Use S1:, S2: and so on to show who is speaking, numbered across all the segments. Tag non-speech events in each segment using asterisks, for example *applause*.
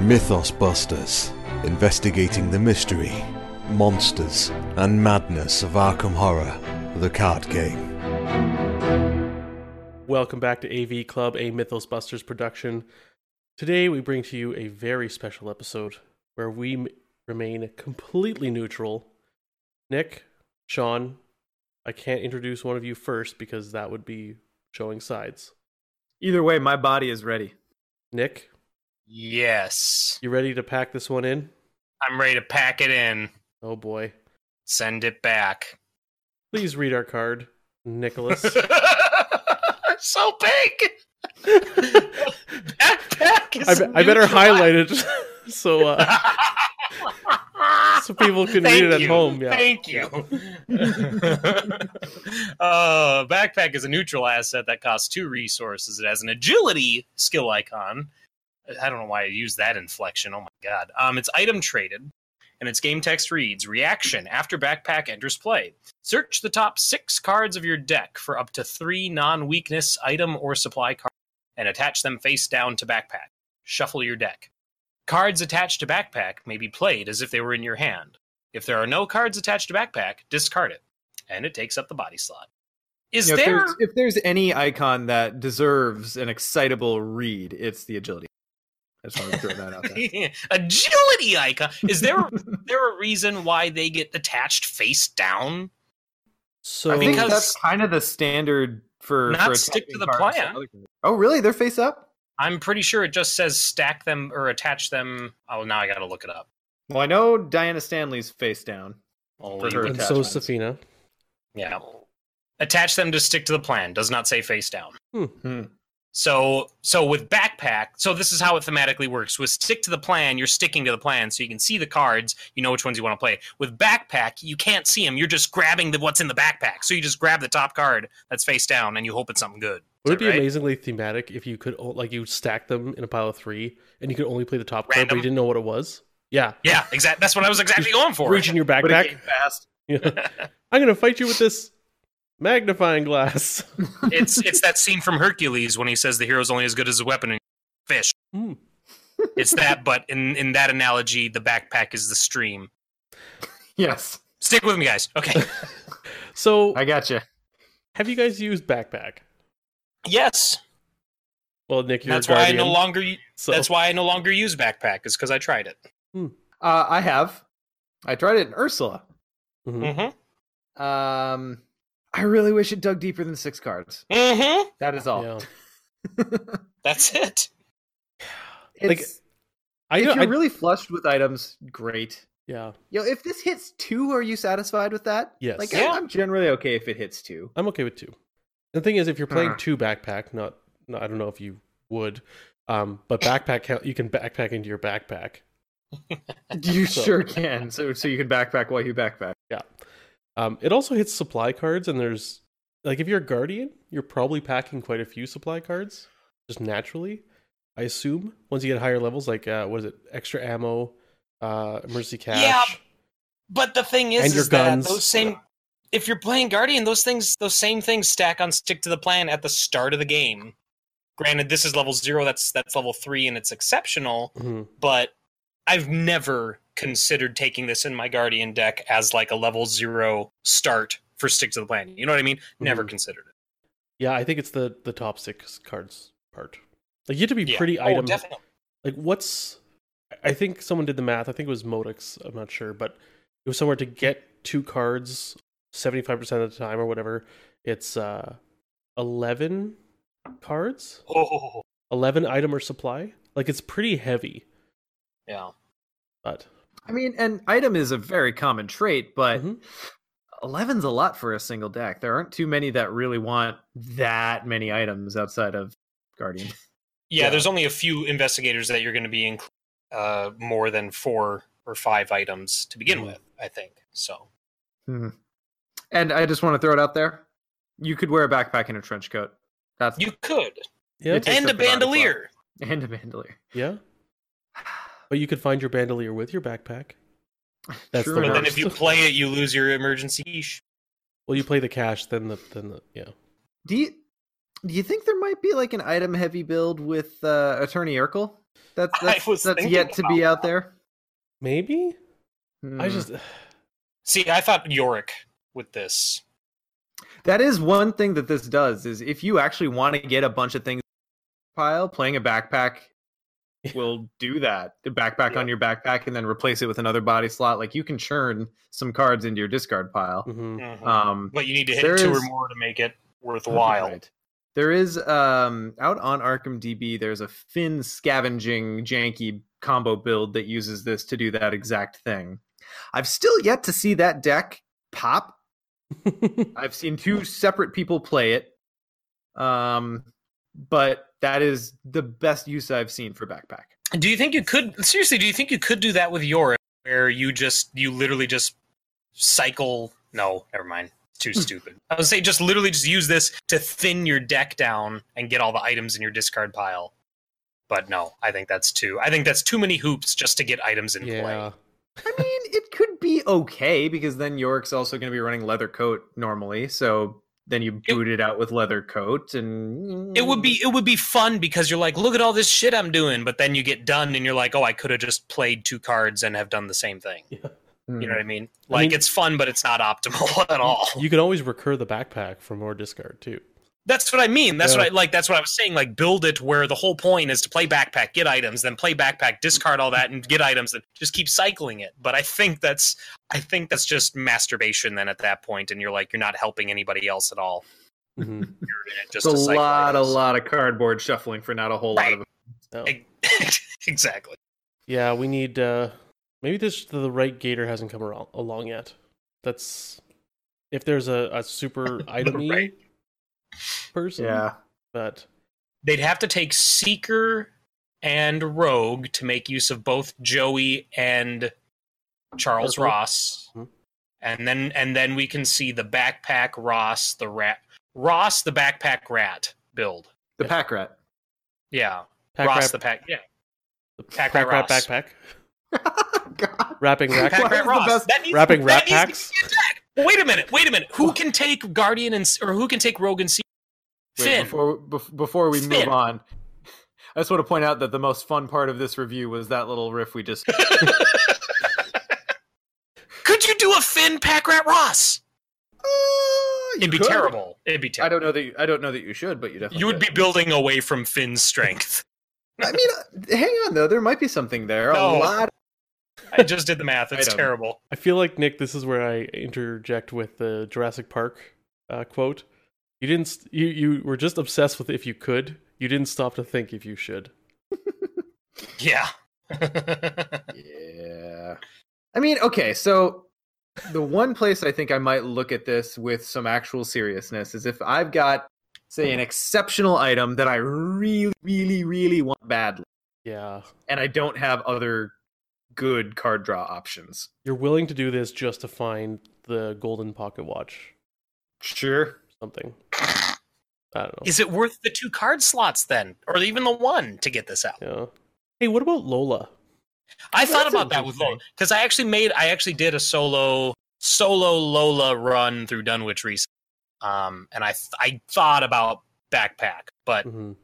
S1: Mythos Busters, investigating the mystery, monsters, and madness of Arkham Horror, the card game.
S2: Welcome back to AV Club, a Mythos Busters production. Today we bring to you a very special episode where we m- remain completely neutral. Nick, Sean, I can't introduce one of you first because that would be showing sides.
S3: Either way, my body is ready.
S2: Nick,
S4: Yes.
S2: you ready to pack this one in?
S4: I'm ready to pack it in.
S2: Oh boy.
S4: Send it back. *laughs*
S2: Please read our card, Nicholas.
S4: so big. Backpack is
S2: I, be- I better
S4: neutral. *laughs*
S2: highlight it *laughs* so uh, so people can read it
S4: Thank
S2: at
S4: you.
S2: home. Yeah.
S4: Thank you. *laughs* uh, backpack is a neutral asset that costs two resources. It has an agility skill icon. I don't know why I use that inflection. Oh my god. Um, it's item traded, and its game text reads: Reaction after backpack enters play. Search the top six cards of your deck for up to three non-weakness item or supply cards, and attach them face down to backpack. Shuffle your deck. Cards attached to backpack may be played as if they were in your hand. If there are no cards attached to backpack, discard it, and it takes up the body slot. Is
S3: You know, if,
S4: there? *laughs*
S3: there's, if there's any icon that deserves an excitable read, it's the agility. I just want to throw that out
S4: *laughs*
S3: there.
S4: agility icon. Is there there a reason why they get attached face down?
S2: So
S3: I think
S4: Because-
S3: that's kind of the standard for
S4: Not
S3: for
S4: stick to
S3: attaching
S4: the
S3: cards
S4: plan.
S3: other cards. Oh, really? They're face up?
S4: I'm pretty sure it just says stack them or attach them. Oh, now I got to look it up.
S3: Well, I know Diana Stanley's face down.
S4: Oh,
S3: For
S4: you-
S3: her
S2: and so
S3: attachments.
S2: Safina.
S4: yeah, attach them to stick to the plan. Does not say face down.
S3: Hmm.
S4: So so with backpack, so this is how it thematically works. With stick to the plan, you're sticking to the plan, so you can see the cards. You know which ones you want to play. With backpack, you can't see them. You're just grabbing the what's in the backpack. So you just grab the top card that's face down, and you hope it's something good. Is
S2: Would it
S4: that
S2: be
S4: right?
S2: amazingly thematic if you could o- like you stack them in a pile of three and you could only play the top card, but you
S4: Random?
S2: didn't know what it was? Yeah,
S4: Yeah, exactly. That's what I was exactly going for.
S2: reach in your
S3: But it
S2: backpack.
S3: came fast.
S2: Yeah. *laughs* I'm gonna fight you with this magnifying glass. *laughs*
S4: it's it's that scene from Hercules when he says the hero's only as good as his weapon and fish.
S2: Hmm.
S4: It's that, but in in that analogy, the backpack is the stream.
S3: Yes,
S4: Stick with me, guys. Okay.
S2: So,
S3: I got you.
S2: have you guys used backpack?
S4: *laughs* yes.
S2: Well, Nick, you're
S4: that's
S2: a
S4: why I
S2: guardian.
S4: no longer.
S2: so-
S4: That's why I no longer use backpack. Is because I tried it.
S3: Uh, I have. I tried it in Ursula.
S2: *laughs* Mhm.
S4: Mm-hmm.
S3: Um, I really wish it dug deeper than six cards.
S4: Mm-hmm.
S3: That is all.
S2: Yeah.
S4: That's it.
S2: Like,
S3: It's-
S2: I,
S3: if
S2: know-
S3: you're
S2: I-
S3: really flushed with items, great.
S2: yeah,
S3: Yo, if this hits two, are you satisfied with that?
S2: Yes.
S3: Like,
S4: Yeah.
S3: I- I'm generally okay if it hits two.
S2: I'm okay with two. The thing is, if you're playing
S3: Huh.
S4: Hmm.
S2: two backpack, not, not I don't know if you would, um, but backpack count- you can backpack into your backpack.
S3: *laughs* You
S2: So-
S3: sure can. So, so you can backpack while you backpack.
S2: Yeah. Um, it also hits supply cards, and there's like if you're a guardian, you're probably packing quite a few supply cards just naturally. I assume once you get higher levels, like uh, what is it, extra ammo, uh, emergency cash.
S4: But the thing is,
S2: And your
S4: is that
S2: guns.
S4: those same. If you're playing Guardian, those things, those same things stack on stick to the plan at the start of the game. Granted, this is level zero. That's that's level three, and it's exceptional.
S2: Mhm.
S4: But I've never considered taking this in my Guardian deck as like a level zero start for stick to the plan. You know what I mean? Never
S2: Mhm.
S4: considered it.
S2: Yeah, I think it's the the top six cards part. Like you have to be
S4: Yeah.
S2: pretty
S4: Oh,
S2: item
S4: definitely.
S2: like what's i think someone did the math i think it was modix i'm not sure but it was somewhere to get two cards 75% of the time or whatever it's uh 11 cards
S4: Oh,
S2: 11 item or supply like it's pretty heavy
S4: yeah.
S2: but
S3: I mean, an item is a very common trait, but
S2: Mhm.
S3: 11's a lot for a single deck. There aren't too many that really want that many items outside of Guardian.
S4: yeah,
S2: Yeah.
S4: there's only a few investigators that you're going to be including uh, more than four or five items to begin
S2: Mhm.
S4: with. I think so.
S3: *laughs* And I just want to throw it out there. You could wear a backpack and a trench coat. That's *laughs*
S4: You could
S2: yeah
S3: It takes
S4: and a
S3: up the body
S4: bandolier.
S3: and a bandolier.
S2: Yeah. But you could find your bandolier with your backpack. That's
S3: True
S2: the
S4: But
S3: enough.
S4: then
S2: *laughs*
S4: if you play it, you lose your emergency yeesh.
S2: Well, you play the cash, then the then the yeah.
S3: do you do you think there might be like an item heavy build with uh, Attorney Urkel? That's
S4: *laughs* I
S3: that's,
S4: was
S3: that's
S4: thinking
S3: yet to be out there.
S2: Maybe I
S4: Mm.
S3: Hmm.
S2: just *sighs*
S4: See, I thought Yorick with this.
S3: That is one thing that this does is if you actually want to get a bunch of things pile, playing a backpack will do that. The backpack on your backpack and then replace it with another body slot. Like you can churn some cards into your discard pile.
S2: mhm.
S3: Um
S4: Mm-hmm. but you need to
S3: there
S4: hit two
S3: is-
S4: or more to make it worthwhile.
S3: right. There is um out on Arkham DB there's a fin scavenging janky combo build that uses this to do that exact thing. I've still yet to see that deck pop I've seen two separate people play it. Um, but that is the best use I've seen for backpack.
S4: Do you think you could seriously? Do you think you could do that with Yorick, where you just you literally just cycle? No, never mind. It's
S2: Hmm.
S4: too stupid. I would say just literally just use this to thin your deck down and get all the items in your discard pile. But no, I think that's too. I think that's too many hoops just to get items in
S2: yeah.
S4: play.
S3: I mean, it could be okay because then York's also going to be running leather coat normally, so then you
S4: It-
S3: boot it out with leather coat, and
S4: It would be it would be fun because you're like, look at all this shit I'm doing, but then you get done and you're like, oh, I could have just played two cards and have done the same thing.
S3: Mm.
S4: You know what I mean? Like
S2: Hmm. mean-
S4: it's fun, but it's not optimal *laughs* at all.
S2: You can always recur the backpack for more discard too.
S4: That's what I mean. That's
S2: Yeah.
S4: what I like. That's what I was saying. Like, build it where the whole point is to play backpack, get items, then play backpack, discard all that, and get items, and just keep cycling it. But I think that's, I think that's just masturbation. Then at that point, and you're like, you're not helping anybody else at all. *laughs*
S2: Mhm.
S4: You're in it
S3: It's
S4: just
S3: a
S4: to cycle
S3: lot, a
S4: items.
S3: lot of cardboard shuffling for not a whole lot
S4: Right.
S3: of.
S2: Oh.
S4: *laughs* exactly.
S2: Yeah, we need uh maybe this the right gator hasn't come around, along yet. That's if there's a, a super item
S4: *laughs* Right.
S2: person.
S3: Yeah,
S2: But
S4: They'd have to take seeker and rogue to make use of both Joey and Charles
S2: Urkel.
S4: Ross.
S3: Mm-hmm.
S2: Mhm.
S4: And then and then we can see the backpack Ross the rat Ross the backpack rat build.
S3: the pack rat.
S4: Yeah.
S2: pack
S4: Ross
S2: rat,
S4: the pack. Yeah.
S2: pack,
S4: pack
S2: rat,
S4: rat Ross.
S2: backpack.
S3: *laughs* God,
S2: Wrapping rack
S4: Pack *laughs*
S3: What is
S4: rat
S3: the
S4: Ross.
S3: best-
S4: That needs-
S2: wrapping rat
S4: that needs to be
S2: packs.
S4: attacked. Wait a minute. Wait a minute. Who can take Guardian and or who can take Rogue and Seeker?
S3: Wait,
S4: Finn.
S3: before bef- before we move
S4: Finn.
S3: on, *laughs* I just want to point out that the most fun part of this review was that little riff we
S4: *laughs*
S3: just.
S4: Could you do a Finn pack rat Ross? It'd be
S3: could.
S4: terrible. It'd be terrible.
S3: I don't know that you, I don't know that you should, but you definitely
S4: you would be building away from Finn's strength.
S3: I mean, uh, hang on though. There might be something there. A
S4: No.
S3: lot.
S4: I just did the math. It's
S3: Item.
S4: terrible.
S2: I feel like Nick, this is where I interject with the Jurassic Park uh, quote. You didn't. St- you you were just obsessed with if you could. You didn't stop to think if you should.
S4: Yeah. *laughs*
S3: Yeah. I mean, okay. So the one place I think I might look at this with some actual seriousness is if I've got, say, an exceptional item that I really, really, really want badly,
S2: Yeah,
S3: and I don't have other good card draw options.
S2: you're willing to do this just to find the golden pocket watch.
S3: Sure.
S2: Something. I don't know.
S4: Is it worth the two card slots then, or even the one to get this out?
S2: yeah. Hey, what about Lola?
S4: I
S3: That's
S4: thought about that with
S3: interesting.
S4: Lola because I actually made, I actually did a solo solo Lola run through Dunwich recently, um, and I th- I thought about backpack, but
S2: Mhm.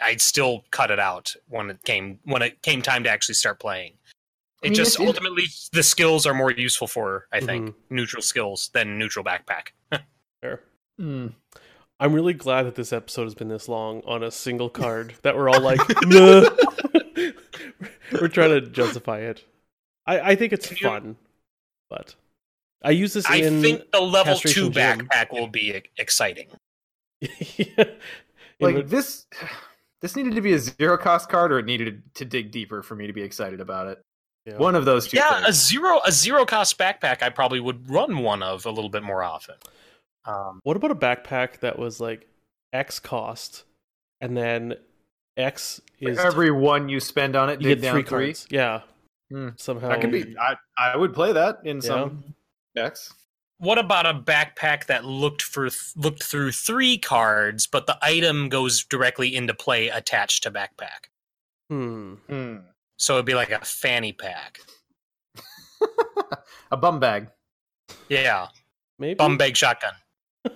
S4: I still cut it out when it came when it came time to actually start playing. It
S3: I mean, it's-
S4: just
S3: it- Mm-hmm.
S4: ultimately the skills are more useful for I think
S2: Mhm.
S4: neutral skills than neutral backpack.
S2: Fair.
S3: Mm.
S2: I'm really glad that this episode has been this long on a single card that we're all like, "Nah." *laughs* we're trying to justify it. I, I think it's
S4: Can you-
S2: fun, but I use this
S4: I
S2: in *laughs*
S4: think the level two
S2: Castration Gym.
S4: backpack will be e- exciting.
S2: in re-
S3: Like this. This needed to be a zero cost card, or it needed to dig deeper for me to be excited about it.
S2: yeah.
S3: One of those two.
S4: Yeah,
S3: things.
S4: a zero a zero cost backpack I probably would run one of a little bit more often. Um,
S2: What about a backpack that was like X cost, and then X
S3: For
S2: is
S3: every one you spend on it,
S2: you
S3: dig
S2: get
S3: down
S2: three
S3: three.
S2: cards? Yeah,
S3: Hmm.
S2: somehow
S3: That could be. I, I would play that in some decks.
S4: what about a backpack that looked for th- looked through three cards, but the item goes directly into play attached to backpack?
S2: Hmm.
S3: Hmm.
S4: So it'd be like a fanny pack.
S3: a bum bag.
S4: Yeah,
S2: Maybe
S4: bum bag shotgun.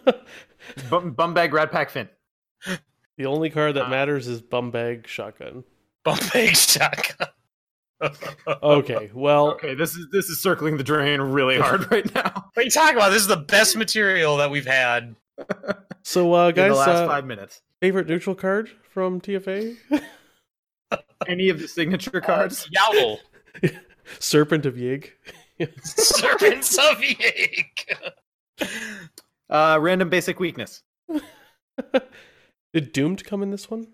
S4: *laughs*
S3: Bum, bum bag Rat Pack Finn.
S2: the only card that
S3: Uh.
S2: matters is bum bag shotgun.
S4: Bum bag shotgun. *laughs*
S2: Okay, well,
S3: Okay, this is this is circling the drain really hard right now. *laughs*
S4: What are you talking about? This is the best material that we've had.
S2: so uh,
S3: in
S2: guys,
S3: the last
S2: uh,
S3: five minutes.
S2: favorite neutral card from TFA?
S3: Any of the *laughs* signature cards?
S4: *laughs* Yowl.
S2: *laughs* Serpent of Yig.
S4: Serpents of Yake.
S3: Uh, random basic weakness.
S2: Did Doomed come in this one?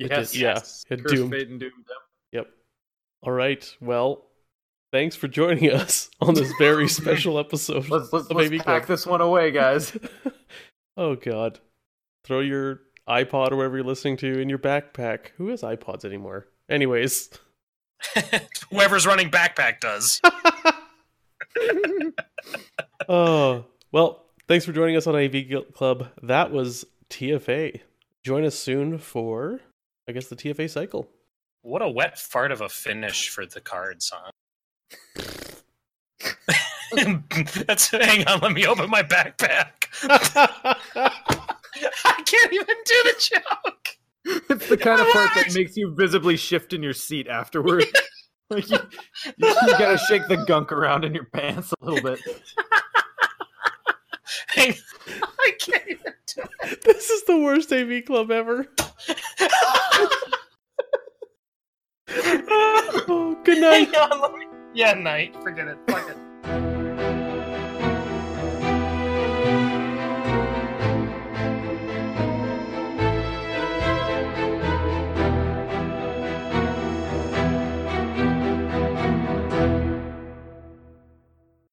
S2: It
S3: Yes.
S2: did, yeah, it
S3: Curse,
S2: doomed.
S3: fate, and doom.
S2: Yep. All right. Well, thanks for joining *laughs* us on this
S3: *laughs*
S2: very special episode.
S3: Let's let's,
S2: of
S3: let's
S2: AB
S3: pack
S2: Club.
S3: this one away, guys.
S2: *laughs* oh God. Throw your iPod or whatever you're listening to in your backpack. Who has iPods anymore? Anyways.
S4: Whoever's running backpack does.
S2: Oh. Well, thanks for joining us on AV Guilt Club. That was TFA. Join us soon for I guess the TFA cycle. *laughs*
S4: What a wet fart of a finish for the cards, huh? That's hang on, let me open my backpack. *laughs* I can't even do the joke.
S3: *laughs* It's the kind of part *laughs* that makes you visibly shift in your seat afterward. like *laughs* you, you, you gotta shake the gunk around in your pants a little bit.
S4: Hang I can't even do it.
S2: this is the worst AV Club ever. *laughs* Oh, good night.
S4: hang on, let me Yeah, night. Forget it. Fuck it.